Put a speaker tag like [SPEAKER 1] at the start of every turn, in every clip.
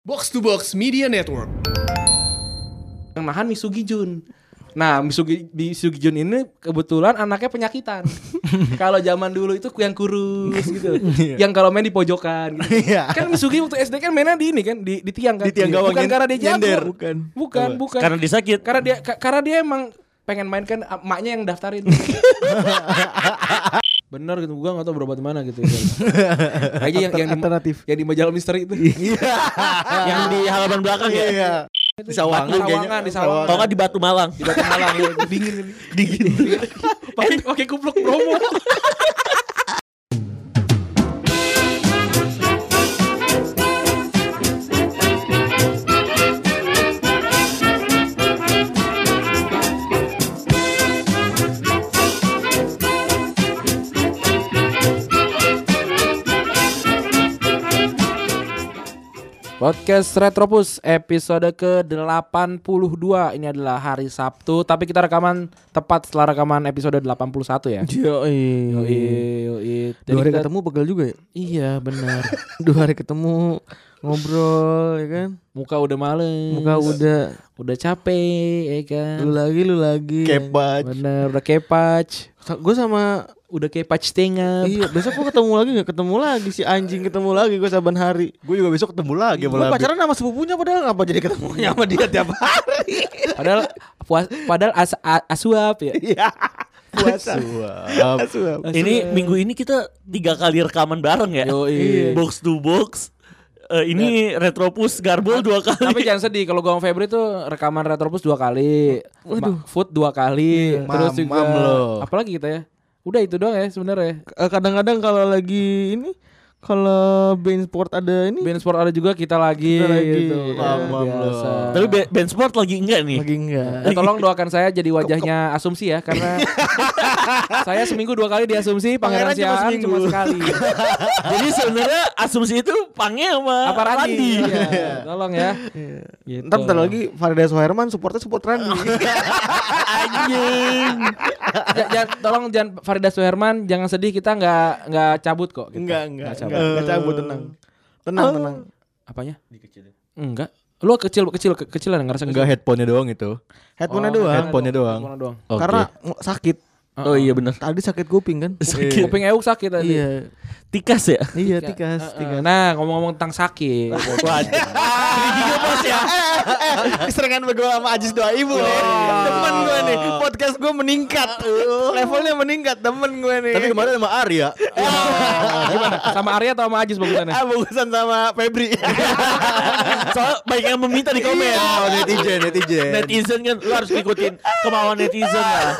[SPEAKER 1] Box to Box Media Network.
[SPEAKER 2] yang nahan Misugi Jun. Nah, Misugi, Misugi Jun ini kebetulan anaknya penyakitan. kalau zaman dulu itu yang kurus gitu. yang kalau main di pojokan gitu.
[SPEAKER 3] Iya.
[SPEAKER 2] kan Misugi waktu SD kan mainnya di ini kan di, di tiang kan.
[SPEAKER 3] Di tiang gawang,
[SPEAKER 2] Bukan
[SPEAKER 3] nyen-
[SPEAKER 2] karena dia jago.
[SPEAKER 3] nyender.
[SPEAKER 2] Bukan.
[SPEAKER 3] Bukan.
[SPEAKER 2] Bukan, bukan.
[SPEAKER 4] Karena disakit.
[SPEAKER 2] Karena dia ka- karena dia emang pengen main kan emaknya yang daftarin. Bener gitu, gua gak tau berobat di mana gitu. Aja yang, yang,
[SPEAKER 3] Alternatif.
[SPEAKER 2] Di, yang di majalah misteri itu.
[SPEAKER 4] yang di halaman belakang ya.
[SPEAKER 3] Iya. Di Sawangan
[SPEAKER 2] Sawangan, di Sawangan.
[SPEAKER 4] Atau nggak di Batu Malang.
[SPEAKER 2] di Batu Malang ya, dingin ini. Dingin. Pakai pakai kupluk promo. Podcast Retropus episode ke-82 Ini adalah hari Sabtu Tapi kita rekaman tepat setelah rekaman episode 81 ya Yoi, yoi. Jadi
[SPEAKER 3] Dua hari
[SPEAKER 2] kita-
[SPEAKER 3] ketemu pegel juga ya.
[SPEAKER 2] Iya benar.
[SPEAKER 3] Dua hari ketemu ngobrol ya kan.
[SPEAKER 2] Muka udah males
[SPEAKER 3] Muka udah
[SPEAKER 2] Udah capek ya kan
[SPEAKER 3] lu lagi lu lagi.
[SPEAKER 4] Kebat.
[SPEAKER 2] Bener udah kepac
[SPEAKER 3] Gue sama
[SPEAKER 2] Udah kepac tengah
[SPEAKER 3] Iya, besok gue ketemu lagi gak ketemu lagi si anjing ketemu lagi gue saban hari.
[SPEAKER 4] Gue juga besok ketemu lagi
[SPEAKER 3] Gue pacaran sama sepupunya padahal ngapa jadi ketemunya sama dia tiap hari.
[SPEAKER 2] Padahal puas, Padahal as, a- asuap ya
[SPEAKER 3] Iya.
[SPEAKER 4] puasa. Ini minggu ini kita tiga kali rekaman bareng ya.
[SPEAKER 2] Yoi.
[SPEAKER 4] Box to box. Eh, ini Retropus Garbol dua kali.
[SPEAKER 2] Tapi jangan sedih kalau gue sama Febri tuh rekaman Retropus dua kali, Ma- Food dua kali, terus
[SPEAKER 3] Iya, Mamam
[SPEAKER 2] juga
[SPEAKER 3] lo.
[SPEAKER 2] apalagi kita ya. Udah itu doang ya sebenarnya.
[SPEAKER 3] Eh, Kadang-kadang kalau lagi ini kalau Bein Sport ada ini
[SPEAKER 2] Band Sport ada juga kita lagi,
[SPEAKER 3] Kita lagi.
[SPEAKER 2] gitu. udah
[SPEAKER 3] Mamam lo.
[SPEAKER 2] biasa.
[SPEAKER 4] Tapi Be- Ben Sport lagi enggak nih.
[SPEAKER 3] lagi enggak.
[SPEAKER 2] Ya, tolong doakan saya jadi wajahnya asumsi ya karena saya seminggu dua kali di asumsi pangeran
[SPEAKER 3] Pangeran cuma
[SPEAKER 2] Siaan
[SPEAKER 3] seminggu.
[SPEAKER 2] cuma sekali.
[SPEAKER 4] Jadi sebenarnya asumsi itu pange sama
[SPEAKER 2] Apa Randi?
[SPEAKER 4] Randi.
[SPEAKER 2] Iya, tolong ya.
[SPEAKER 3] Iya.
[SPEAKER 2] Gitu.
[SPEAKER 3] Entar bentar lagi Farida Suherman supportnya support Randy.
[SPEAKER 4] Anjing.
[SPEAKER 2] Ja- jangan- tolong jangan Farida Suherman jangan sedih kita nggak nggak cabut kok. gitu. kita.
[SPEAKER 3] enggak, enggak, Oh.
[SPEAKER 2] cabut.
[SPEAKER 3] enggak, enggak cabut tenang. Tenang, tenang.
[SPEAKER 2] Apanya? Enggak. Lu kecil kecil ke- kecilan ngerasa kecil.
[SPEAKER 5] Enggak headphone-nya doang itu.
[SPEAKER 3] Headphone-nya Oh, doang.
[SPEAKER 5] Headphone-nya doang.
[SPEAKER 2] Headphone doang.
[SPEAKER 3] Karena sakit.
[SPEAKER 4] Oh iya benar.
[SPEAKER 3] Tadi Nah. sakit kuping kan?
[SPEAKER 4] Sakit.
[SPEAKER 2] Kuping Euk sakit tadi.
[SPEAKER 3] Iya.
[SPEAKER 4] Tikas ya.
[SPEAKER 3] Iya,
[SPEAKER 2] Tiga.
[SPEAKER 3] tikas,
[SPEAKER 2] Heeh.
[SPEAKER 3] tikas.
[SPEAKER 2] Nah, ngomong-ngomong tentang sakit.
[SPEAKER 4] Waduh. Gigi bos ya.
[SPEAKER 3] Eh, Keserangan gue sama Ajis doa ibu Temen gue nih Podcast gue meningkat Levelnya meningkat Temen gue nih
[SPEAKER 5] Tapi kemarin sama ya? Arya.
[SPEAKER 2] Gimana? Sama Arya atau sama Ajis bagusannya?
[SPEAKER 3] Ah bagusan sama Febri Iya.
[SPEAKER 4] Soalnya banyak yang meminta di komen.
[SPEAKER 5] Oh, netizen, netizen.
[SPEAKER 4] Netizen kan lu harus ngikutin kemauan netizen lah.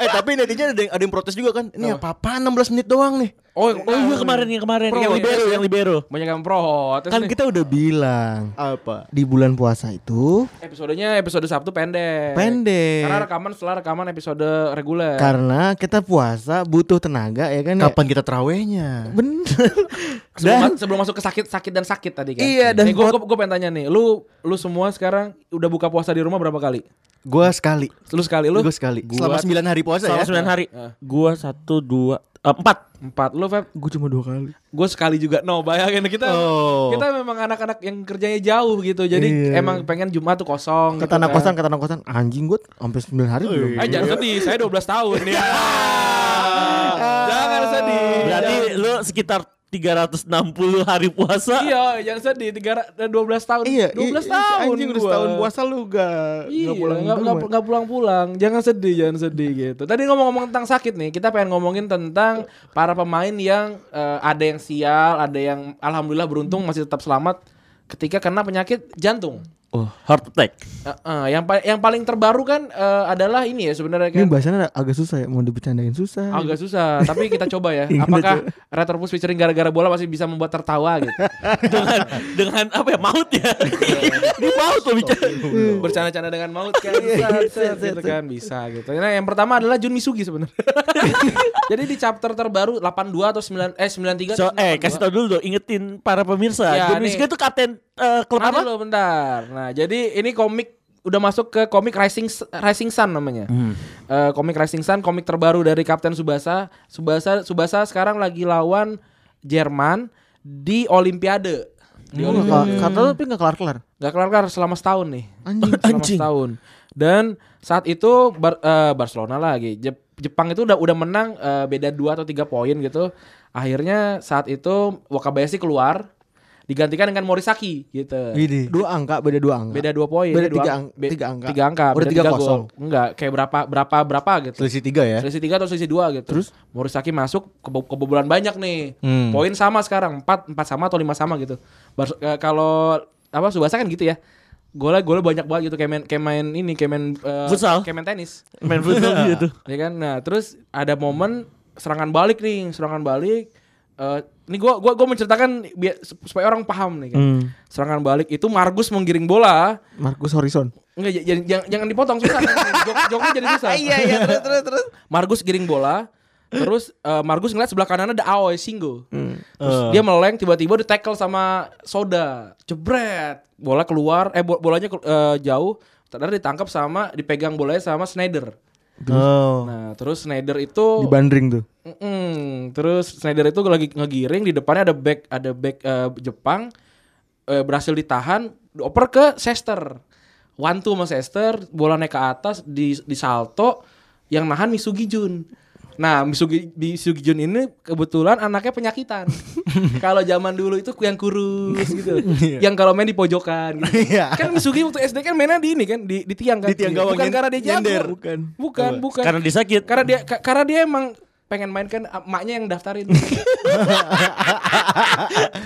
[SPEAKER 5] eh, tapi netizen ada yang, ada yang protes juga kan. Ini apa-apaan 16 menit doang nih.
[SPEAKER 2] Oh,
[SPEAKER 4] Oh iya kemarin yang kemarin
[SPEAKER 2] Pro
[SPEAKER 4] yang
[SPEAKER 2] ya?
[SPEAKER 4] libero yang libero.
[SPEAKER 2] Banyak yang protes
[SPEAKER 3] Kan
[SPEAKER 2] nih.
[SPEAKER 3] kita udah bilang
[SPEAKER 5] Apa?
[SPEAKER 3] Di bulan puasa itu
[SPEAKER 2] Episodenya episode Sabtu pendek.
[SPEAKER 3] Pendek.
[SPEAKER 2] Karena rekaman setelah rekaman episode reguler.
[SPEAKER 3] Karena kita puasa Butuh tenaga ya kan ya?
[SPEAKER 5] Kapan kita terawehnya?
[SPEAKER 3] Bener
[SPEAKER 2] sebelum,
[SPEAKER 3] Dan
[SPEAKER 2] ma- sebelum masuk ke sakit sakit dan sakit tadi kan.
[SPEAKER 3] Iya, dan
[SPEAKER 2] gue
[SPEAKER 3] pot-
[SPEAKER 2] gue pengen tanya nih, lu lu semua sekarang udah buka puasa di rumah berapa kali?
[SPEAKER 5] Gua sekali.
[SPEAKER 2] Lu sekali lu?
[SPEAKER 5] Gua sekali. Selama 9 hari puasa
[SPEAKER 4] Selama
[SPEAKER 5] ya.
[SPEAKER 4] sembilan hari.
[SPEAKER 2] Ah.
[SPEAKER 4] Gua satu dua eh, empat.
[SPEAKER 2] Empat. Lu Feb?
[SPEAKER 3] Gue cuma dua kali
[SPEAKER 2] Gue sekali juga. No, bayangin kita
[SPEAKER 5] Oh.
[SPEAKER 2] kita memang anak-anak yang kerjanya jauh gitu. Jadi
[SPEAKER 3] Iya.
[SPEAKER 2] emang pengen Jumat tuh kosong.
[SPEAKER 3] Ke
[SPEAKER 2] gitu
[SPEAKER 3] tanah
[SPEAKER 2] kan.
[SPEAKER 3] kosan Ke tanah kosan Anjing gue Sampai 9 hari belum
[SPEAKER 2] Eh jangan sedih, saya 12 tahun. Ya. jangan sedih.
[SPEAKER 4] Berarti
[SPEAKER 2] Jangan-
[SPEAKER 4] lu sekitar 360 hari puasa.
[SPEAKER 2] Iya, jangan sedih. Tiga, ra- 12 tahun.
[SPEAKER 3] Iya
[SPEAKER 2] 12
[SPEAKER 3] i- i-
[SPEAKER 2] tahun.
[SPEAKER 3] Anjing udah
[SPEAKER 2] gua.
[SPEAKER 3] setahun puasa lu gak
[SPEAKER 2] Iya,
[SPEAKER 3] Gak pulang
[SPEAKER 2] nggak- nggak-
[SPEAKER 3] rumah.
[SPEAKER 2] nggak pulang-pulang. Jangan sedih, jangan sedih gitu. Tadi ngomong-ngomong tentang sakit nih, kita pengen ngomongin tentang para pemain yang eh, ada yang sial, ada yang alhamdulillah beruntung masih tetap selamat ketika kena penyakit jantung.
[SPEAKER 4] Oh, heart attack.
[SPEAKER 2] Eh, eh, yang pa- yang paling terbaru kan eh, adalah ini ya sebenarnya kan
[SPEAKER 3] Ini bahasannya agak susah ya Mau dibercandain susah
[SPEAKER 2] agak susah, tapi kita coba ya.
[SPEAKER 3] Iya, kita
[SPEAKER 2] Apakah Retropus featuring gara-gara bola masih bisa membuat tertawa gitu?
[SPEAKER 4] dengan dengan apa ya maut ya. Di maut lo bicara.
[SPEAKER 2] bercanda-canda dengan maut kan bisa, bisa, gitu kan bisa gitu. Nah, yang pertama adalah Jun Misugi sebenarnya. Jadi di chapter terbaru 82 atau 9 eh 93
[SPEAKER 4] So,
[SPEAKER 2] atau 92.
[SPEAKER 4] eh kasih tau dulu dong ingetin para pemirsa.
[SPEAKER 2] Ya,
[SPEAKER 4] Ya,
[SPEAKER 2] nih.
[SPEAKER 4] itu kapten eh, klub
[SPEAKER 2] Nanti
[SPEAKER 4] apa?
[SPEAKER 2] dulu, bentar. Nah, jadi ini komik udah masuk ke komik Rising Rising Sun namanya. Eh, komik Rising Sun, komik terbaru dari Kapten Subasa. Subasa Subasa sekarang lagi lawan Jerman di Olimpiade. di
[SPEAKER 3] Oh,
[SPEAKER 2] Oliver.
[SPEAKER 3] nggak- Kata lu tapi nggak kelar-kelar.
[SPEAKER 2] Gak kelar-kelar selama setahun nih.
[SPEAKER 3] Anjing.
[SPEAKER 2] Selama
[SPEAKER 5] Anjing.
[SPEAKER 2] setahun. Dan saat itu Bar- eh, Barcelona lagi. Jep- Jepang itu udah udah menang eh, beda 2 atau 3 poin gitu. Akhirnya saat itu Wakabayashi keluar digantikan dengan Morisaki gitu.
[SPEAKER 3] Dua angka, beda dua angka.
[SPEAKER 2] Beda 2 poin.
[SPEAKER 3] Iya. Beda
[SPEAKER 2] dua
[SPEAKER 3] tiga
[SPEAKER 2] ang-
[SPEAKER 3] ang- tiga angka.
[SPEAKER 2] Tiga angka.
[SPEAKER 3] Udah
[SPEAKER 2] beda
[SPEAKER 3] tiga
[SPEAKER 2] tiga
[SPEAKER 3] kosong.
[SPEAKER 2] gol. Enggak, kayak berapa berapa berapa gitu.
[SPEAKER 3] Selisih tiga ya.
[SPEAKER 2] Selisih 3 atau selisih 2 gitu. Terus Morisaki masuk kebo- kebobolan banyak nih.
[SPEAKER 3] Hmm.
[SPEAKER 2] Poin sama sekarang 4 4 sama atau 5 sama gitu. Bars- eh, kalau apa Subasa kan gitu ya. Golnya golnya banyak banget gitu kayak main kayak main ini kayak main eh,
[SPEAKER 5] Futsal.
[SPEAKER 2] kayak main tenis.
[SPEAKER 5] Main futsal gitu.
[SPEAKER 2] Ya kan? Nah, terus ada momen serangan balik nih, serangan balik eh ini gua gua gua menceritakan biar- supaya orang paham nih kan. Serangan balik itu Margus menggiring bola.
[SPEAKER 3] Marcus Horizon.
[SPEAKER 2] Enggak j- jangan, jangan, jangan dipotong susah. Jok, joknya jadi susah.
[SPEAKER 1] Iya iya terus terus terus.
[SPEAKER 2] Margus giring bola Terus eh, Margus ngeliat sebelah kanan ada Aoi Singo
[SPEAKER 1] Hmm.
[SPEAKER 2] Terus dia meleng tiba-tiba di tackle sama Soda Jebret Bola keluar Eh bo- bolanya ke- eh, jauh Ternyata ditangkap sama Dipegang bolanya sama Snyder
[SPEAKER 3] Oh.
[SPEAKER 2] Nah terus Snyder itu
[SPEAKER 3] Di bandring tuh.
[SPEAKER 2] Mm-mm. Terus Snyder itu lagi ngegiring di depannya ada back ada back eh, Jepang eh, berhasil ditahan dioper ke Sester. One two sama Sester, bola naik ke atas di di salto yang nahan Misugi Jun. Nah, Misugi, Misugi Jun ini kebetulan anaknya penyakitan. kalau zaman dulu itu yang kurus gitu. yang kalau main di pojokan gitu.
[SPEAKER 3] Iya.
[SPEAKER 2] kan Misugi waktu SD kan mainnya di ini kan, di, di tiang kan.
[SPEAKER 3] Di tiang gawang,
[SPEAKER 2] Bukan
[SPEAKER 3] nyen-
[SPEAKER 2] karena dia
[SPEAKER 3] nyender.
[SPEAKER 2] jago.
[SPEAKER 3] Bukan.
[SPEAKER 2] Bukan, bukan.
[SPEAKER 5] Karena disakit.
[SPEAKER 2] Karena dia ka- karena dia emang pengen main kan emaknya yang daftarin.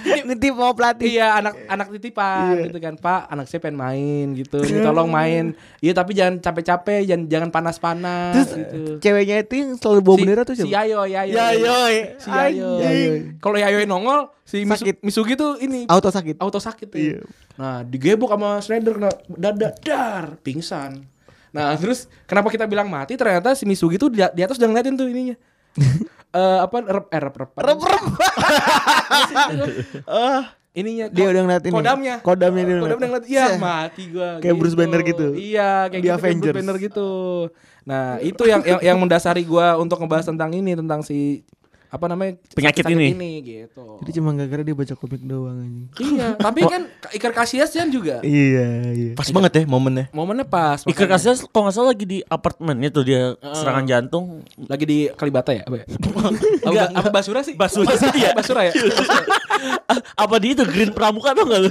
[SPEAKER 1] Ngintip mau pelatih. Iya.
[SPEAKER 2] iya, anak anak titipan gitu kan, Pak. Anak saya pengen main gitu. Ini Tolong main. Iya, tapi jangan capek-capek, jangan jangan panas-panas
[SPEAKER 1] Terus
[SPEAKER 2] gitu.
[SPEAKER 1] ceweknya itu yang selalu bawa bendera tuh
[SPEAKER 2] si
[SPEAKER 1] siapa?
[SPEAKER 2] Yayo, Yayo.
[SPEAKER 5] Ya,
[SPEAKER 2] Si Yayo.
[SPEAKER 1] Anjing.
[SPEAKER 2] Kalau Yayo nongol, si Misu-
[SPEAKER 1] Sakit.
[SPEAKER 2] Misugi tuh ini
[SPEAKER 3] Auto sakit. Iya.
[SPEAKER 2] auto sakit ya. Nah, digebok sama Schneider kena dada dar, pingsan. Nah, terus kenapa kita bilang mati? Ternyata si Misugi tuh di, di atas udah ngeliatin tuh ininya. Eh apa rep eh, rep rep rep ininya
[SPEAKER 3] Dia udah ngeliatin nih.
[SPEAKER 2] kodamnya
[SPEAKER 3] Kodamnya dia udah
[SPEAKER 2] kodamnya udah ngeliat iya mati gua
[SPEAKER 3] Kayak Bruce Banner gitu.
[SPEAKER 2] iya kayak
[SPEAKER 3] Di
[SPEAKER 2] gitu kayak Bruce
[SPEAKER 3] Avengers.
[SPEAKER 2] Banner gitu nah itu yang yang, yang mendasari gua untuk ngebahas tentang ini tentang si apa namanya
[SPEAKER 5] Penyakit
[SPEAKER 2] sakit-sakit
[SPEAKER 5] ini.
[SPEAKER 2] gitu
[SPEAKER 3] Jadi cuma gara-gara dia baca komik doang anjing.
[SPEAKER 2] iya tapi kan Iker Casillas-nya juga
[SPEAKER 3] Iya, iya.
[SPEAKER 5] Pas banget ya momennya.
[SPEAKER 2] momennya pas
[SPEAKER 5] Iker
[SPEAKER 2] makanya.
[SPEAKER 5] Casillas kalau nggak salah lagi di apartemennya tuh dia
[SPEAKER 4] Eh.
[SPEAKER 5] serangan jantung.
[SPEAKER 2] lagi di Kalibata ya apa ya apa, apa Basura sih
[SPEAKER 5] Basura sih, iya.
[SPEAKER 2] Basura ya
[SPEAKER 5] Ah, Apa di itu Green Pramuka tuh nggak lu?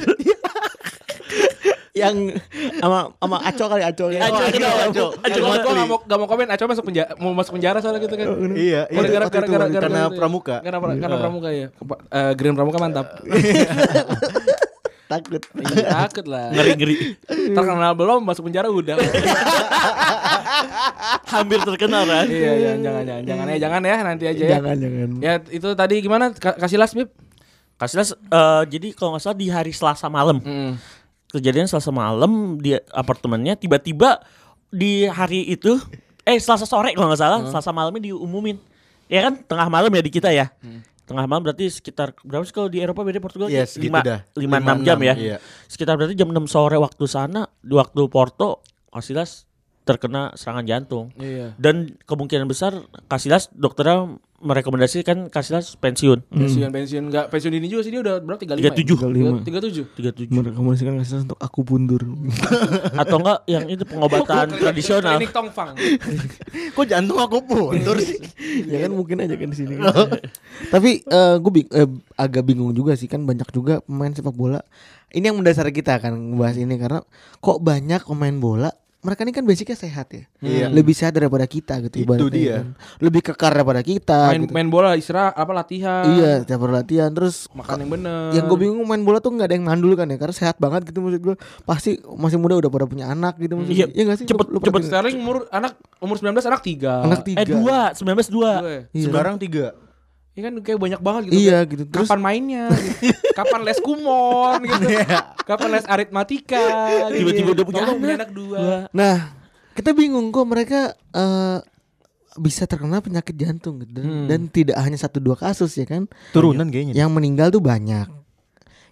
[SPEAKER 3] Yang sama sama Aco kali Aco.
[SPEAKER 2] Iya,
[SPEAKER 3] ya.
[SPEAKER 4] Iya,
[SPEAKER 5] Aco,
[SPEAKER 3] Oh,
[SPEAKER 5] Aco, Aco.
[SPEAKER 2] Aco
[SPEAKER 5] Aco
[SPEAKER 2] gue
[SPEAKER 5] Matli.
[SPEAKER 2] gak mau gak mau komen Aco masuk penjara mau masuk penjara soalnya gitu kan
[SPEAKER 3] Iya, iya.
[SPEAKER 2] gara-gara
[SPEAKER 3] Waktu itu,
[SPEAKER 2] gara-gara
[SPEAKER 3] waktu itu.
[SPEAKER 2] gara-gara
[SPEAKER 3] karena
[SPEAKER 2] itu ya.
[SPEAKER 3] pramuka.
[SPEAKER 2] Karena pra- karena
[SPEAKER 5] Iya.
[SPEAKER 2] pramuka ya. Kepa- eh, Green pramuka mantap.
[SPEAKER 3] Takut.
[SPEAKER 2] Iya, takut lah.
[SPEAKER 5] Ngeri ngeri.
[SPEAKER 2] Terkenal belum masuk penjara udah.
[SPEAKER 5] Hampir terkenal kan.
[SPEAKER 2] iya, jangan jangan jangan jangan ya, jangan ya nanti aja ya.
[SPEAKER 3] Jangan, jangan.
[SPEAKER 2] Ya itu tadi gimana Ka- kasih las Bib?
[SPEAKER 5] Casillas eh, jadi kalau nggak salah di hari Selasa malam.
[SPEAKER 2] Mm.
[SPEAKER 5] Kejadian Selasa malam di apartemennya tiba-tiba di hari itu eh Selasa sore kalau nggak salah,
[SPEAKER 3] Hmm.
[SPEAKER 5] Selasa malamnya diumumin. Ya kan tengah malam ya di kita ya.
[SPEAKER 3] Hmm.
[SPEAKER 5] Tengah malam berarti sekitar berapa sih kalau di Eropa beda Portugal?
[SPEAKER 3] Iya,
[SPEAKER 5] Yes,
[SPEAKER 3] segitu dah.
[SPEAKER 5] 5 6 jam ya.
[SPEAKER 3] iya.
[SPEAKER 5] Sekitar berarti jam 6 sore waktu sana, di waktu Porto Casillas terkena serangan jantung.
[SPEAKER 2] Iya.
[SPEAKER 5] Dan kemungkinan besar Casillas dokternya merekomendasikan Casillas pensiun.
[SPEAKER 3] Mm.
[SPEAKER 2] Pensiun pensiun enggak pensiun ini juga sih dia udah berapa 35.
[SPEAKER 5] 37.
[SPEAKER 2] 37. 37.
[SPEAKER 5] 37
[SPEAKER 3] Merekomendasikan kasih kan untuk aku bundur.
[SPEAKER 5] atau enggak yang itu pengobatan tradisional.
[SPEAKER 2] Klinik Tongfang.
[SPEAKER 3] Kok jantung aku buntur sih? ya kan mungkin aja kan di sini. Tapi eh, gue agak bingung juga sih kan banyak juga pemain sepak bola. Ini yang mendasari kita kan membahas ini karena kok banyak pemain bola mereka ini kan basicnya sehat ya, Iya.
[SPEAKER 1] Lebih
[SPEAKER 3] lebih sehat daripada kita gitu Itu ibaratnya dia. kan. lebih kekar daripada kita.
[SPEAKER 2] Main
[SPEAKER 3] gitu.
[SPEAKER 2] main bola istirahat apa latihan.
[SPEAKER 3] iya, tiap latihan terus
[SPEAKER 2] Makan yang bener.
[SPEAKER 3] yang gue bingung main bola tuh nggak ada yang mandul kan ya karena sehat banget gitu maksud gue pasti masih muda udah pada punya anak gitu maksud
[SPEAKER 5] Iya.
[SPEAKER 3] gue. iya nggak sih
[SPEAKER 5] Cepet-
[SPEAKER 3] Lu- lu
[SPEAKER 2] Cepet
[SPEAKER 3] pernah-
[SPEAKER 2] Sterling umur anak umur 19 anak 3.
[SPEAKER 3] anak tiga
[SPEAKER 5] Eh dua, 19 dua.
[SPEAKER 3] Iya.
[SPEAKER 6] Sekarang tiga.
[SPEAKER 2] Ini kan kayak banyak banget gitu.
[SPEAKER 3] iya
[SPEAKER 2] Kayak,
[SPEAKER 3] gitu terus
[SPEAKER 2] Kapan mainnya? gitu. Kapan les kumon gitu.
[SPEAKER 3] Iya.
[SPEAKER 2] Kapan les aritmatika? gitu.
[SPEAKER 5] Tiba-tiba udah punya
[SPEAKER 2] Tolong
[SPEAKER 5] anak.
[SPEAKER 2] dua.
[SPEAKER 3] Nah, kita bingung kok mereka eh, bisa terkena penyakit jantung gitu. dan, dan tidak hanya satu dua kasus ya kan.
[SPEAKER 6] Turunan kayaknya.
[SPEAKER 3] Yang meninggal tuh banyak.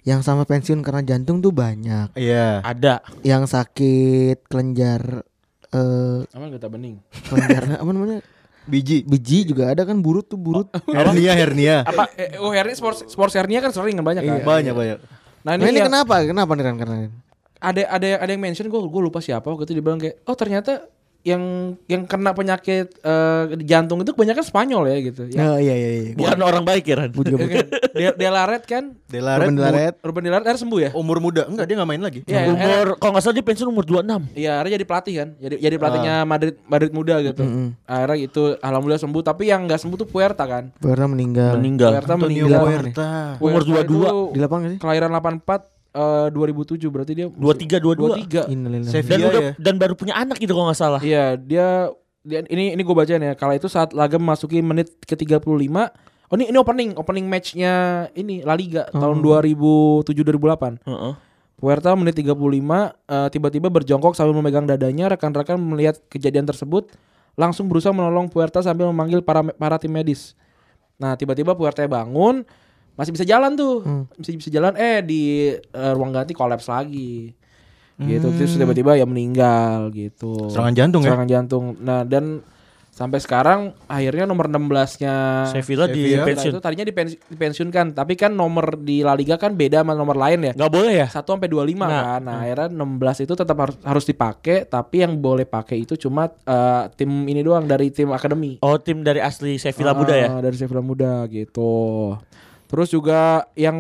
[SPEAKER 3] Yang sama pensiun karena jantung tuh banyak.
[SPEAKER 6] Iya.
[SPEAKER 5] Ada.
[SPEAKER 3] Yang sakit kelenjar eh
[SPEAKER 2] Aman gak tak bening?
[SPEAKER 3] kelenjar apa namanya?
[SPEAKER 6] Biji.
[SPEAKER 3] Biji juga ada kan burut tuh burut.
[SPEAKER 1] Oh,
[SPEAKER 6] Hernia, hernia.
[SPEAKER 2] eh,
[SPEAKER 1] Iya,
[SPEAKER 5] Iya,
[SPEAKER 2] Apa? Eh, oh hernia sports sports hernia kan sering kan banyak kan?
[SPEAKER 6] Banyak banyak.
[SPEAKER 2] Nah ini,
[SPEAKER 3] Nah, ini
[SPEAKER 2] yang-
[SPEAKER 3] kenapa? Kenapa nih Ran? Karena Ran?
[SPEAKER 2] ada ada yang ada yang mention gue gue lupa siapa waktu itu dibilang kayak oh ternyata yang yang kena penyakit eh, jantung itu kebanyakan Spanyol ya gitu. Ya,
[SPEAKER 3] Oh, iya iya iya.
[SPEAKER 5] Bukan orang baik ya Ran.
[SPEAKER 3] Gue juga bukan.
[SPEAKER 2] Del- Delaret kan?
[SPEAKER 1] Delaret
[SPEAKER 3] Ruben Delaret.
[SPEAKER 2] Ruben Delaret akhirnya sembuh ya?
[SPEAKER 1] umur muda. Enggak, dia nggak main lagi.
[SPEAKER 2] Iya, iya,
[SPEAKER 5] Umur kalau nggak salah dia pensiun umur 26.
[SPEAKER 2] Iya, akhirnya jadi pelatih kan. Jadi jadi pelatihnya Madrid Madrid muda gitu. Akhirnya itu alhamdulillah sembuh, tapi yang nggak sembuh tuh Puerta kan.
[SPEAKER 3] Puerta meninggal.
[SPEAKER 5] Meninggal.
[SPEAKER 2] Puerta
[SPEAKER 1] Antonio
[SPEAKER 2] meninggal.
[SPEAKER 1] Huerta.
[SPEAKER 5] Umur
[SPEAKER 2] Puerta
[SPEAKER 5] 22.
[SPEAKER 2] itu
[SPEAKER 3] Di lapangan nggak sih?
[SPEAKER 2] Kelahiran 84 eh, 2007 berarti dia
[SPEAKER 5] 23
[SPEAKER 2] 23.
[SPEAKER 5] 22.
[SPEAKER 3] Innalillahi.
[SPEAKER 1] Save-
[SPEAKER 5] Dan
[SPEAKER 1] Iya,
[SPEAKER 5] udah
[SPEAKER 1] ya.
[SPEAKER 5] dan baru punya anak gitu kalau nggak salah.
[SPEAKER 2] Iya, dia, dia- ini ini gue bacain ya. Kala itu saat laga memasuki menit ke-35 Oh ini, ini opening, opening matchnya ini La Liga tahun 2007-2008
[SPEAKER 5] Heeh.
[SPEAKER 2] Puerta menit 35 eh, tiba-tiba berjongkok sambil memegang dadanya Rekan-rekan melihat kejadian tersebut Langsung berusaha menolong Puerta sambil memanggil para, para tim medis Nah tiba-tiba Puerta bangun Masih bisa jalan tuh
[SPEAKER 1] Hmm.
[SPEAKER 2] Masih bisa jalan Eh di eh, ruang ganti kolaps lagi Gitu Terus tiba-tiba ya meninggal gitu
[SPEAKER 1] Hmm. Serangan jantung ya?
[SPEAKER 2] Serangan jantung Nah dan sampai sekarang akhirnya nomor 16-nya
[SPEAKER 5] Sevilla
[SPEAKER 1] Sevilla.
[SPEAKER 2] Ah,
[SPEAKER 5] di
[SPEAKER 2] Sevilla Nah,
[SPEAKER 5] pensiun.
[SPEAKER 2] itu tadinya dipensi- dipensiunkan Tapi kan nomor di La Liga kan beda sama nomor lain ya
[SPEAKER 5] Nggak boleh ya?
[SPEAKER 2] 1 sampai 25
[SPEAKER 5] Nah,
[SPEAKER 2] kan. Nah, akhirnya 16 itu tetap harus harus dipakai, tapi yang boleh pakai itu cuma eh, tim ini doang dari tim akademi.
[SPEAKER 5] Oh tim dari asli Sevilla Buda ya?
[SPEAKER 2] Ah, Dari Sevilla Muda gitu. Terus juga yang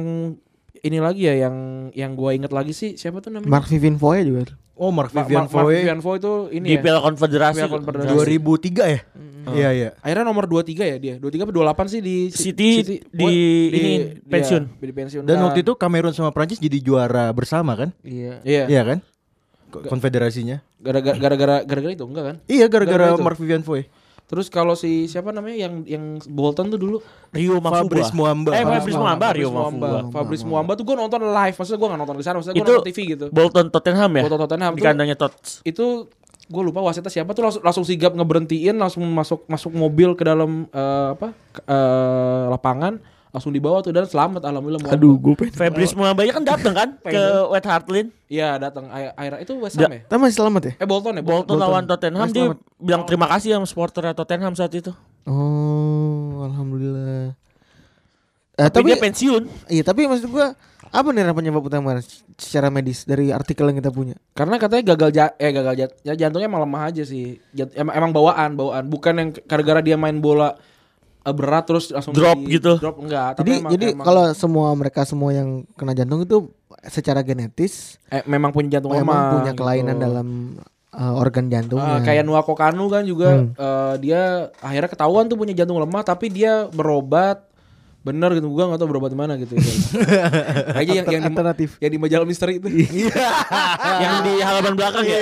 [SPEAKER 2] ini lagi ya yang yang gua inget lagi sih siapa tuh namanya?
[SPEAKER 3] Mark Vivin Foya juga.
[SPEAKER 1] Oh, Mark
[SPEAKER 2] Ma- Ma-
[SPEAKER 1] Vivian Foe.
[SPEAKER 2] Vivian Foy itu ini
[SPEAKER 5] Di
[SPEAKER 2] ya.
[SPEAKER 5] Piala Konfederasi.
[SPEAKER 2] Piala Konfederasi.
[SPEAKER 1] 2003 ya? Iya, iya.
[SPEAKER 2] Akhirnya nomor 23 ya dia. 23 atau 28 sih di
[SPEAKER 5] City di- ini, pensiun.
[SPEAKER 2] Iya, di pensiun.
[SPEAKER 1] Dan waktu itu Kamerun sama Prancis jadi juara bersama kan?
[SPEAKER 3] Iya.
[SPEAKER 2] iya.
[SPEAKER 1] Iya kan? Ko- Konfederasinya.
[SPEAKER 2] Gara-gara gara-gara gara-gara itu enggak kan?
[SPEAKER 1] Iya, gara-gara
[SPEAKER 2] Gara-gara itu.
[SPEAKER 1] Mark Vivian Foe.
[SPEAKER 2] Terus kalau si siapa namanya yang yang Bolton tuh dulu
[SPEAKER 5] Rio Mafuba.
[SPEAKER 1] Fabrice Muamba.
[SPEAKER 5] Eh Fabrice
[SPEAKER 1] Fabrice
[SPEAKER 5] Muamba, Rio
[SPEAKER 2] Fabrice
[SPEAKER 5] Mafuba.
[SPEAKER 2] Muamba. Fabrice Muamba tuh gue nonton live, maksudnya gue gak nonton di sana, maksudnya gue
[SPEAKER 5] Itu
[SPEAKER 2] nonton TV gitu.
[SPEAKER 5] Bolton Tottenham ya?
[SPEAKER 2] Bolton Tottenham
[SPEAKER 5] Di
[SPEAKER 2] tuh-
[SPEAKER 5] kandangnya Tots.
[SPEAKER 2] Itu gue lupa wasitnya siapa tuh langsung, langsung sigap ngeberhentiin, langsung masuk masuk mobil ke dalam eh, apa ke- eh, lapangan, langsung dibawa tuh dan selamat alhamdulillah. Muamba.
[SPEAKER 3] gue pengen.
[SPEAKER 5] Fabrice Muamba ya kan datang kan ke West Hart Lane.
[SPEAKER 2] Iya datang air, air itu West Ham ya?
[SPEAKER 3] Tapi masih selamat ya?
[SPEAKER 2] Eh Bolton ya?
[SPEAKER 5] Bolton lawan Tottenham
[SPEAKER 3] Mas,
[SPEAKER 5] dia
[SPEAKER 3] selamat.
[SPEAKER 5] bilang terima kasih sama supporter Tottenham saat itu.
[SPEAKER 3] Oh, alhamdulillah. Eh,
[SPEAKER 5] Tapi,
[SPEAKER 3] tapi,
[SPEAKER 5] dia pensiun.
[SPEAKER 3] iya, tapi maksud gua apa nih Ran, penyebab utama Ran, secara medis dari artikel yang kita punya?
[SPEAKER 2] Karena katanya gagal ja eh gagal jat ya jantungnya emang lemah aja sih. Jant- emang, emang bawaan, bawaan. Bukan yang gara-gara dia main bola eh, berat terus langsung
[SPEAKER 5] Drop
[SPEAKER 2] di-
[SPEAKER 5] gitu.
[SPEAKER 2] Drop enggak,
[SPEAKER 3] jadi
[SPEAKER 2] emang-
[SPEAKER 3] jadi
[SPEAKER 2] emang-
[SPEAKER 3] kalau semua mereka semua yang kena jantung itu secara genetis
[SPEAKER 2] eh, memang punya jantung lemah.
[SPEAKER 3] Oh, memang punya
[SPEAKER 2] gitu.
[SPEAKER 3] kelainan dalam ya. uh, organ
[SPEAKER 2] Ah,
[SPEAKER 3] jantungnya.
[SPEAKER 2] kayak Nuako Kanu kan juga
[SPEAKER 3] Hmm.
[SPEAKER 2] eh, dia akhirnya ketahuan tuh punya jantung lemah tapi dia berobat bener gitu gua nggak tahu berobat di mana gitu aja yang yang di,
[SPEAKER 3] Alternatif. Iya.
[SPEAKER 2] yang di majalah misteri itu Iya, Ah.
[SPEAKER 5] yang di halaman belakang ya.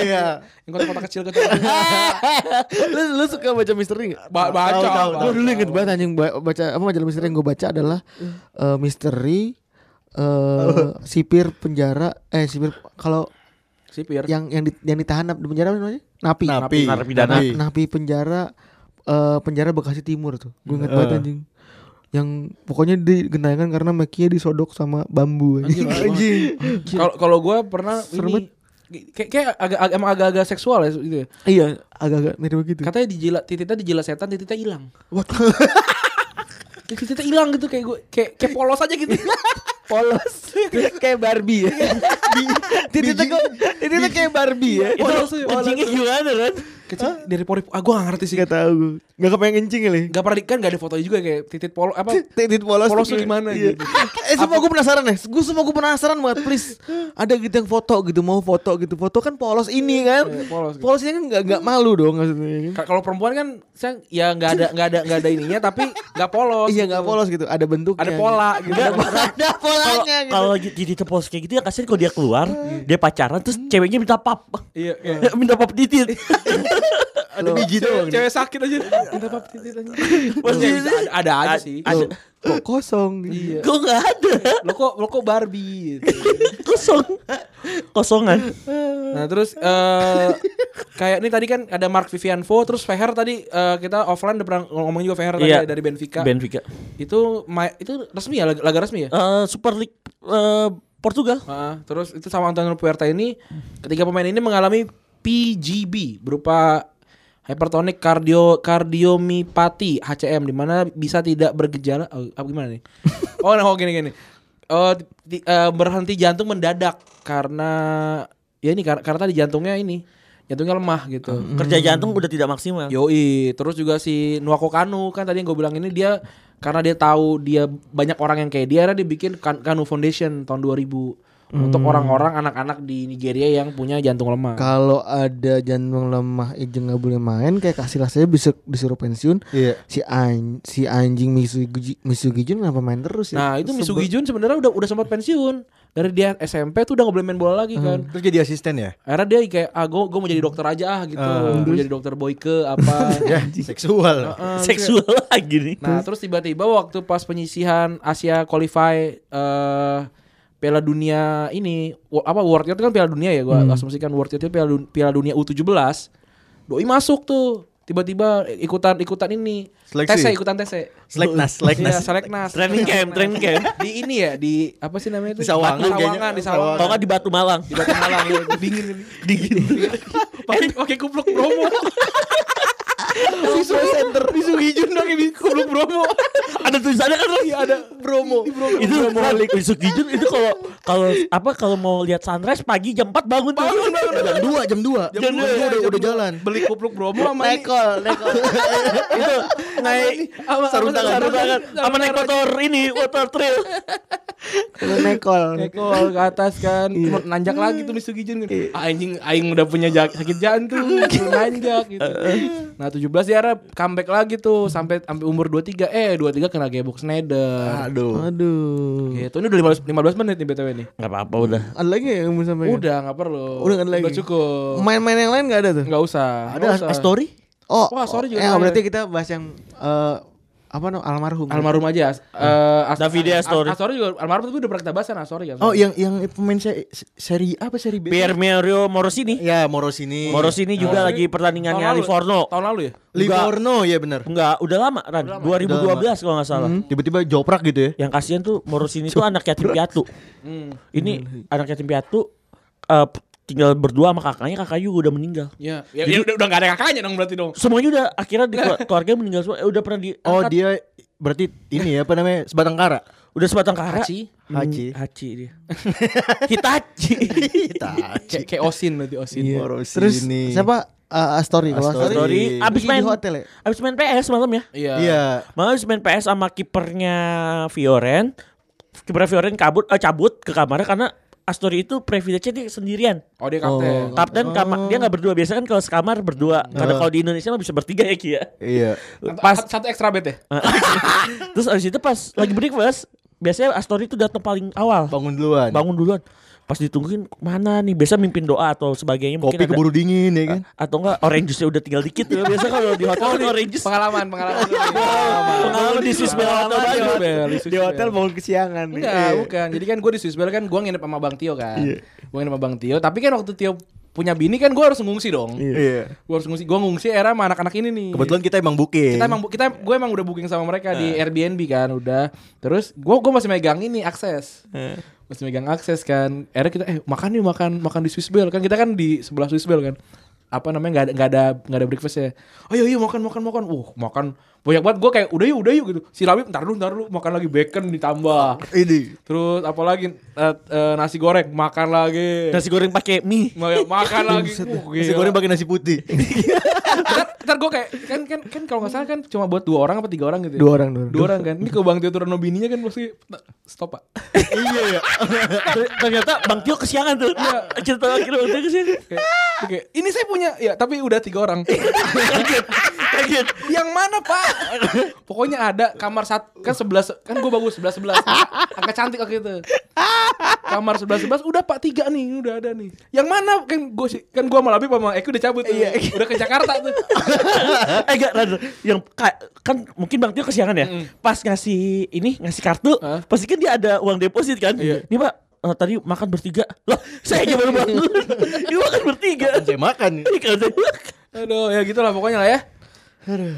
[SPEAKER 2] yang kota-kota kecil gitu. kecil
[SPEAKER 3] lu, lu suka baca misteri nggak?
[SPEAKER 2] Ba- baca, baca.
[SPEAKER 3] Gue dulu inget banget anjing ba- baca apa majalah misteri yang gue baca adalah eh, misteri eh sipir penjara eh sipir kalau
[SPEAKER 2] sipir
[SPEAKER 3] yang yang di, yang ditahan nap- di penjara apa namanya? Napi.
[SPEAKER 1] Napi.
[SPEAKER 5] Narapidana.
[SPEAKER 3] Napi, napi penjara eh, penjara Bekasi Timur tuh. Gue inget banget anjing. Yang pokoknya digentayangan karena makinya disodok sama bambu. Anjing.
[SPEAKER 2] Iya, kalau kalau gua pernah
[SPEAKER 3] Serem
[SPEAKER 2] ini kayak kayak agak agak- emang agak-agak seksual ya gitu ya.
[SPEAKER 3] iya, agak-agak mirip gitu.
[SPEAKER 2] katanya dijilat titiknya dijilat setan titiknya hilang titiknya hilang gitu kayak gue kayak kayak polos aja gitu
[SPEAKER 3] polos kayak Barbie ya. Titiknya kok- titiknya kayak Barbie ya.
[SPEAKER 2] itu
[SPEAKER 5] Kencingnya gimana kan?
[SPEAKER 2] kecil dari pori ah gue gak ngerti sih
[SPEAKER 3] Gak tau gue Gak kepengen kencing kali
[SPEAKER 2] Gak pernah di- kan gak ada fotonya juga kayak titik polo apa
[SPEAKER 3] Titit polos
[SPEAKER 2] Polos
[SPEAKER 3] tuh
[SPEAKER 2] tuh gimana
[SPEAKER 3] iya.
[SPEAKER 2] gitu.
[SPEAKER 3] Eh semua gue penasaran ya Gue semua gue penasaran banget Please Ada gitu yang foto gitu Mau foto gitu Foto kan polos ini kan
[SPEAKER 2] Iya, polos gitu.
[SPEAKER 3] Polosnya kan gak, gak malu dong maksudnya kan?
[SPEAKER 2] Ka- kalau perempuan kan saya ya nggak ada nggak ada nggak ada ininya tapi nggak polos
[SPEAKER 3] Iya
[SPEAKER 2] gitu.
[SPEAKER 3] gak polos gitu Ada bentuknya
[SPEAKER 2] ada pola gitu
[SPEAKER 5] Iya.
[SPEAKER 3] Ada, pola- ada
[SPEAKER 5] Kalau
[SPEAKER 3] polanya gitu
[SPEAKER 5] kalau jadi tepos kayak gitu ya kasihan kalau dia keluar,
[SPEAKER 2] Ah.
[SPEAKER 5] dia pacaran
[SPEAKER 2] Hmm.
[SPEAKER 5] terus ceweknya minta pap.
[SPEAKER 2] iya iya.
[SPEAKER 5] minta pap titit.
[SPEAKER 3] Ada biji doang
[SPEAKER 2] cewek, cewek sakit aja minta pap titik aja
[SPEAKER 5] Pasti
[SPEAKER 2] Maksudnya bisa- ada, ada aja
[SPEAKER 5] A-
[SPEAKER 2] sih
[SPEAKER 5] ada.
[SPEAKER 3] Kok kosong gitu.
[SPEAKER 2] Iya.
[SPEAKER 5] Kok nggak ada?
[SPEAKER 2] lo kok lo kok Barbie gitu.
[SPEAKER 5] Kosong. Kosongan.
[SPEAKER 2] nah terus eh kayak ini tadi kan ada Mark Vivianvo terus Feher tadi eh, kita offline udah pernah ngomong juga Feher tadi
[SPEAKER 5] Iya.
[SPEAKER 2] dari Benfica
[SPEAKER 5] Benfica.
[SPEAKER 2] itu ma- itu resmi ya laga, laga resmi ya
[SPEAKER 5] Eh, Super League eh, Portugal.
[SPEAKER 2] Heeh, terus itu sama Antonio Puerta ini ketiga pemain ini mengalami PGB berupa hypertonic cardio cardiomyopathy HCM di mana bisa tidak bergejala oh, apa gimana nih? Oh, nah, oh gini gini. eh, ti- eh, berhenti jantung mendadak karena ya ini kar- karena tadi jantungnya ini jantungnya lemah gitu.
[SPEAKER 5] Kerja jantung udah tidak
[SPEAKER 2] Ah,
[SPEAKER 5] maksimal.
[SPEAKER 2] Yoi, terus juga si Nuako Kanu kan tadi yang gue bilang ini dia karena dia tahu dia banyak orang yang kayak dia, akhirnya dia bikin Kan- Kanu Foundation tahun 2000 untuk orang-orang anak-anak di Nigeria yang punya jantung lemah.
[SPEAKER 3] Kalau ada jantung lemah aja nggak boleh main kayak kasih saya bisa disuruh pensiun.
[SPEAKER 1] Iya.
[SPEAKER 3] Si an si anjing Misugi Misugi Jun kenapa main terus ya?
[SPEAKER 2] Nah itu Misugi Jun sebenarnya udah udah sempat pensiun dari dia SMP tuh udah nggak boleh main bola lagi kan.
[SPEAKER 1] Terus jadi asisten ya?
[SPEAKER 2] Akhirnya dia kayak ah gue mau jadi dokter aja ah gitu, mau jadi dokter boyke apa.
[SPEAKER 1] Ya, seksual.
[SPEAKER 2] Iya. Heeh,
[SPEAKER 5] Seksual lagi nih.
[SPEAKER 2] Nah terus tiba-tiba waktu pas penyisihan Asia qualify eh Piala Dunia ini wo- apa World Youth kan Piala Dunia ya gua asumsikan World Youth itu Piala, Dun- Piala Dunia U17 doi masuk tuh tiba-tiba ikutan ikutan ini
[SPEAKER 1] Seleksi.
[SPEAKER 2] tese ikutan tese
[SPEAKER 1] Seleknas,
[SPEAKER 2] Iya,
[SPEAKER 1] seleknas.
[SPEAKER 2] seleknas
[SPEAKER 5] Training camp, training camp.
[SPEAKER 2] di ini ya di apa sih namanya
[SPEAKER 1] Di
[SPEAKER 2] itu
[SPEAKER 1] Sawangan
[SPEAKER 2] Sawangan
[SPEAKER 1] kayaknya.
[SPEAKER 2] di Sawangan
[SPEAKER 5] Kalau nggak di Batu Malang.
[SPEAKER 2] di Batu Malang ya, dingin ini. dingin Eh, pakai pakai kupluk promo Misugi Center Misugi Jun pakai kupluk promo
[SPEAKER 5] ada tulisannya kan Ron?
[SPEAKER 2] Iya, ada promo
[SPEAKER 5] itu Ron, besok Gijun itu kalau kalau apa kalau mau lihat sunrise pagi jam 4 bangun tuh.
[SPEAKER 3] jam 2,
[SPEAKER 1] Jam
[SPEAKER 3] jam 2.
[SPEAKER 1] dua,
[SPEAKER 3] udah,
[SPEAKER 1] jam
[SPEAKER 3] udah
[SPEAKER 1] dua.
[SPEAKER 3] jalan.
[SPEAKER 2] beli kupluk promo sama ini
[SPEAKER 5] itu naik
[SPEAKER 2] Sama-
[SPEAKER 5] sarung
[SPEAKER 2] sama
[SPEAKER 5] tangan
[SPEAKER 2] sarung
[SPEAKER 5] sarung tangan
[SPEAKER 2] tangan.
[SPEAKER 5] sama naik motor ini motor trail
[SPEAKER 3] Lu nekol.
[SPEAKER 2] Ekol ke atas kan Cuma Nanjak lagi tuh Misugi Jun Ah, Anjing Aing udah punya ja- sakit jantung Suruh Nanjak gitu Nah 17 ya Arab Comeback lagi tuh Sampai sampai umur 23 Eh 23 kena gebok Snyder
[SPEAKER 1] Aduh.
[SPEAKER 3] Aduh.
[SPEAKER 2] Gitu ini udah 15, 15 menit nih BTW nih
[SPEAKER 5] nggak apa-apa udah
[SPEAKER 3] Ada lagi nggak yang mau sampaikan?
[SPEAKER 2] Udah nggak perlu
[SPEAKER 3] Iya. Udah nggak ada lagi?
[SPEAKER 2] Udah cukup
[SPEAKER 3] Main-main yang lain nggak ada tuh?
[SPEAKER 2] Nggak usah
[SPEAKER 5] ada
[SPEAKER 2] nggak usah.
[SPEAKER 5] story
[SPEAKER 3] Oh,
[SPEAKER 2] Wah, sorry juga
[SPEAKER 3] eh,
[SPEAKER 2] nggak ada.
[SPEAKER 3] berarti kita bahas yang eh, apa no, almarhum.
[SPEAKER 2] Almarhum aja Eh, As-
[SPEAKER 5] Davide
[SPEAKER 2] As-
[SPEAKER 5] Astori.
[SPEAKER 2] Astori juga Almarhum itu udah pernah kita bahas kan Astori kan
[SPEAKER 1] Oh, yang yang pemain se- seri apa seri B?
[SPEAKER 5] Pierre Mario Morosini
[SPEAKER 1] Ya, Moros ini.
[SPEAKER 5] Morosini
[SPEAKER 1] Iya.
[SPEAKER 5] juga lagi pertandingannya
[SPEAKER 2] Tahun lalu-
[SPEAKER 5] Livorno
[SPEAKER 2] Tahun lalu ya
[SPEAKER 1] Livorno ya benar.
[SPEAKER 5] Enggak, udah lama Ran. 2012 kalau nggak salah.
[SPEAKER 1] Tiba-tiba joprak gitu ya.
[SPEAKER 5] Yang kasihan tuh Morosini tuh anak yatim piatu. Hmm. Ini
[SPEAKER 1] Iya.
[SPEAKER 5] anak yatim piatu eh, tinggal berdua sama kakaknya, kakaknya juga udah meninggal.
[SPEAKER 2] Ya, ya, ya udah, udah gak ada kakaknya dong berarti dong
[SPEAKER 5] Semuanya udah akhirnya di keluarga meninggal semua. Eh, udah pernah di
[SPEAKER 1] Oh, dia berarti ini ya apa namanya? Sebatang kara.
[SPEAKER 5] udah sebatang kara.
[SPEAKER 2] Hachi
[SPEAKER 5] Hmm,
[SPEAKER 1] Hachi.
[SPEAKER 5] Hachi dia. Hitachi.
[SPEAKER 2] Kayak kayak Osin berarti Osin
[SPEAKER 3] Iya.
[SPEAKER 1] Moros
[SPEAKER 3] Terus
[SPEAKER 1] ini.
[SPEAKER 3] siapa? Eh, Astori. Kalau
[SPEAKER 1] Astori.
[SPEAKER 3] Astori.
[SPEAKER 5] Story abis
[SPEAKER 3] Di
[SPEAKER 5] main
[SPEAKER 3] hotel ya?
[SPEAKER 5] Abis main PS malam ya.
[SPEAKER 2] Iya.
[SPEAKER 1] Iya.
[SPEAKER 5] Malam abis main PS sama kipernya Fioren. Kipernya Fioren kabut eh, cabut ke kamarnya karena Astori itu privilege-nya dia sendirian.
[SPEAKER 2] Oh dia kapten.
[SPEAKER 3] Oh.
[SPEAKER 5] Kapten kamar dia nggak berdua biasa kan kalau sekamar berdua. Karena
[SPEAKER 1] Oh.
[SPEAKER 5] kalau di Indonesia mah bisa bertiga ya Kia.
[SPEAKER 1] Iya.
[SPEAKER 2] Pas satu ekstra bed ya.
[SPEAKER 5] Terus abis itu pas lagi breakfast biasanya Astori itu datang paling awal.
[SPEAKER 1] Bangun duluan.
[SPEAKER 5] Bangun duluan. Pas ditungguin mana nih biasa mimpin doa atau sebagainya
[SPEAKER 1] Kopi
[SPEAKER 5] mungkin ada-
[SPEAKER 1] keburu dingin ya kan.
[SPEAKER 5] atau enggak orange juice udah tinggal dikit ya biasa kalau di hotel kan orange juice
[SPEAKER 2] Pengalaman, pengalaman.
[SPEAKER 5] pengalaman di Swiss Bell atau
[SPEAKER 2] Pengalaman di
[SPEAKER 5] apa
[SPEAKER 2] hotel, di Swiss Bell.
[SPEAKER 3] bangun kesiangan. nih.
[SPEAKER 2] Enggak, bukan. Jadi kan gue di Swiss Bell kan gue nginep sama Bang Tio kan. Gue nginep sama Bang Tio, tapi kan waktu Tio punya bini kan gue harus ngungsi dong.
[SPEAKER 1] Iya.
[SPEAKER 2] Gue harus ngungsi. Gue ngungsi era sama anak-anak ini nih.
[SPEAKER 1] Kebetulan kita emang booking.
[SPEAKER 2] kita emang bu- kita gue emang udah booking sama mereka
[SPEAKER 1] Eh.
[SPEAKER 2] di Airbnb kan udah terus gue gue masih megang ini akses
[SPEAKER 1] Eh.
[SPEAKER 2] masih megang akses kan akhirnya kita eh makan nih makan makan di Swiss Bell kan kita kan di sebelah Swiss Bell kan apa namanya nggak ada nggak ada nggak ada breakfastnya ayo yuk makan makan makan uh makan banyak banget gue kayak udah yuk udah yuk gitu si Rabi ntar dulu ntar dulu makan lagi bacon ditambah
[SPEAKER 1] ini.
[SPEAKER 2] terus apalagi eh, eh, nasi goreng makan lagi
[SPEAKER 5] nasi goreng pakai mie
[SPEAKER 2] Ma- makan lagi uh,
[SPEAKER 1] Nasi
[SPEAKER 2] gila.
[SPEAKER 1] goreng pakai nasi putih.
[SPEAKER 2] ntar, ntar gue kayak kan kan kan kalau nggak salah kan cuma buat dua orang apa tiga orang gitu ya?
[SPEAKER 3] Dua orang, dua orang.
[SPEAKER 2] dua orang kan ini ke bang Tio Turno bininya kan pasti "Pak, stop pak
[SPEAKER 1] iya ya.
[SPEAKER 5] Ter- ternyata Bang Tio kesiangan tuh
[SPEAKER 2] Iya.
[SPEAKER 5] cerita lagi Bang Tio kesiangan
[SPEAKER 2] kayak, kayak, ini saya punya ya tapi udah tiga orang
[SPEAKER 5] kaget kaget
[SPEAKER 2] yang mana pak pokoknya ada kamar satu kan sebelas kan gue bagus sebelas sebelas angka cantik waktu itu kamar sebelas sebelas udah pak tiga nih udah ada nih yang mana kan gue sih kan gue sama Labib sama Eki udah cabut tuh.
[SPEAKER 3] Iya,
[SPEAKER 2] udah ke Jakarta tuh
[SPEAKER 5] eh enggak Ran, yang ka- kan mungkin Bang Tio kesiangan ya pas ngasih ini ngasih kartu
[SPEAKER 2] Hah?
[SPEAKER 5] pasti kan dia ada uang deposit kan
[SPEAKER 2] Iya.
[SPEAKER 5] ini pak eh, tadi makan bertiga loh saya aja baru bangun dia makan bertiga
[SPEAKER 1] Saya makan.
[SPEAKER 5] Ini kan saya makan.
[SPEAKER 2] aduh ya gitulah pokoknya lah ya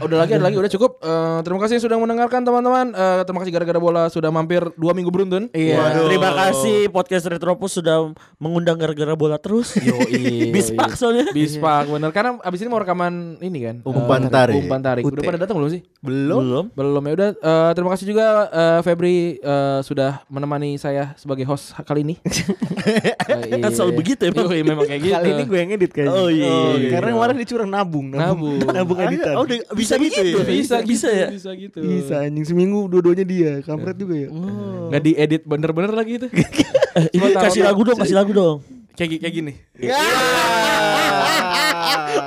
[SPEAKER 2] Udah lagi, ada lagi, udah cukup. Eh, terima kasih yang sudah mendengarkan teman-teman. Eh, terima kasih gara-gara bola sudah mampir dua minggu beruntun.
[SPEAKER 3] Iya.
[SPEAKER 5] Waduh. Terima kasih podcast Retropus sudah mengundang gara-gara bola terus.
[SPEAKER 2] Yoi.
[SPEAKER 5] Bispak soalnya.
[SPEAKER 2] Bispak bener karena abis ini mau rekaman ini kan.
[SPEAKER 6] Umpan
[SPEAKER 2] Eh,
[SPEAKER 6] tarik.
[SPEAKER 2] Umpan tarik.
[SPEAKER 3] Ute.
[SPEAKER 2] Udah pada datang belum sih?
[SPEAKER 6] Belum.
[SPEAKER 5] Belum.
[SPEAKER 2] Belum ya udah. eh, terima kasih juga eh, Febri eh, sudah menemani saya sebagai host kali ini. Eh,
[SPEAKER 5] Kan selalu begitu ya, Bang?
[SPEAKER 2] Yoi, memang kayak gitu.
[SPEAKER 3] Kali ini gue yang ngedit kayaknya.
[SPEAKER 5] Oh, iya.
[SPEAKER 3] Karena kemarin dia curang nabung,
[SPEAKER 2] Nabung.
[SPEAKER 3] nabung editan.
[SPEAKER 6] Oh, udah- bisa gitu ya?
[SPEAKER 2] bisa,
[SPEAKER 5] Bisa ya?
[SPEAKER 2] Bisa gitu.
[SPEAKER 3] Bisa anjing seminggu dua-duanya dia, kampret
[SPEAKER 2] Iya.
[SPEAKER 3] juga ya.
[SPEAKER 2] Nggak diedit bener-bener lagi itu.
[SPEAKER 5] Eh,
[SPEAKER 2] Coba
[SPEAKER 5] ini
[SPEAKER 2] taruh
[SPEAKER 5] kasih
[SPEAKER 2] dong.
[SPEAKER 5] lagu dong, kasih lagu dong.
[SPEAKER 2] kayak gi- kayak gini.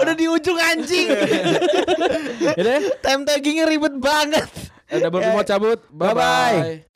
[SPEAKER 1] Udah di ujung anjing.
[SPEAKER 2] Ya deh,
[SPEAKER 1] Time taggingnya ribet banget.
[SPEAKER 2] udah baru mau cabut. Bye bye.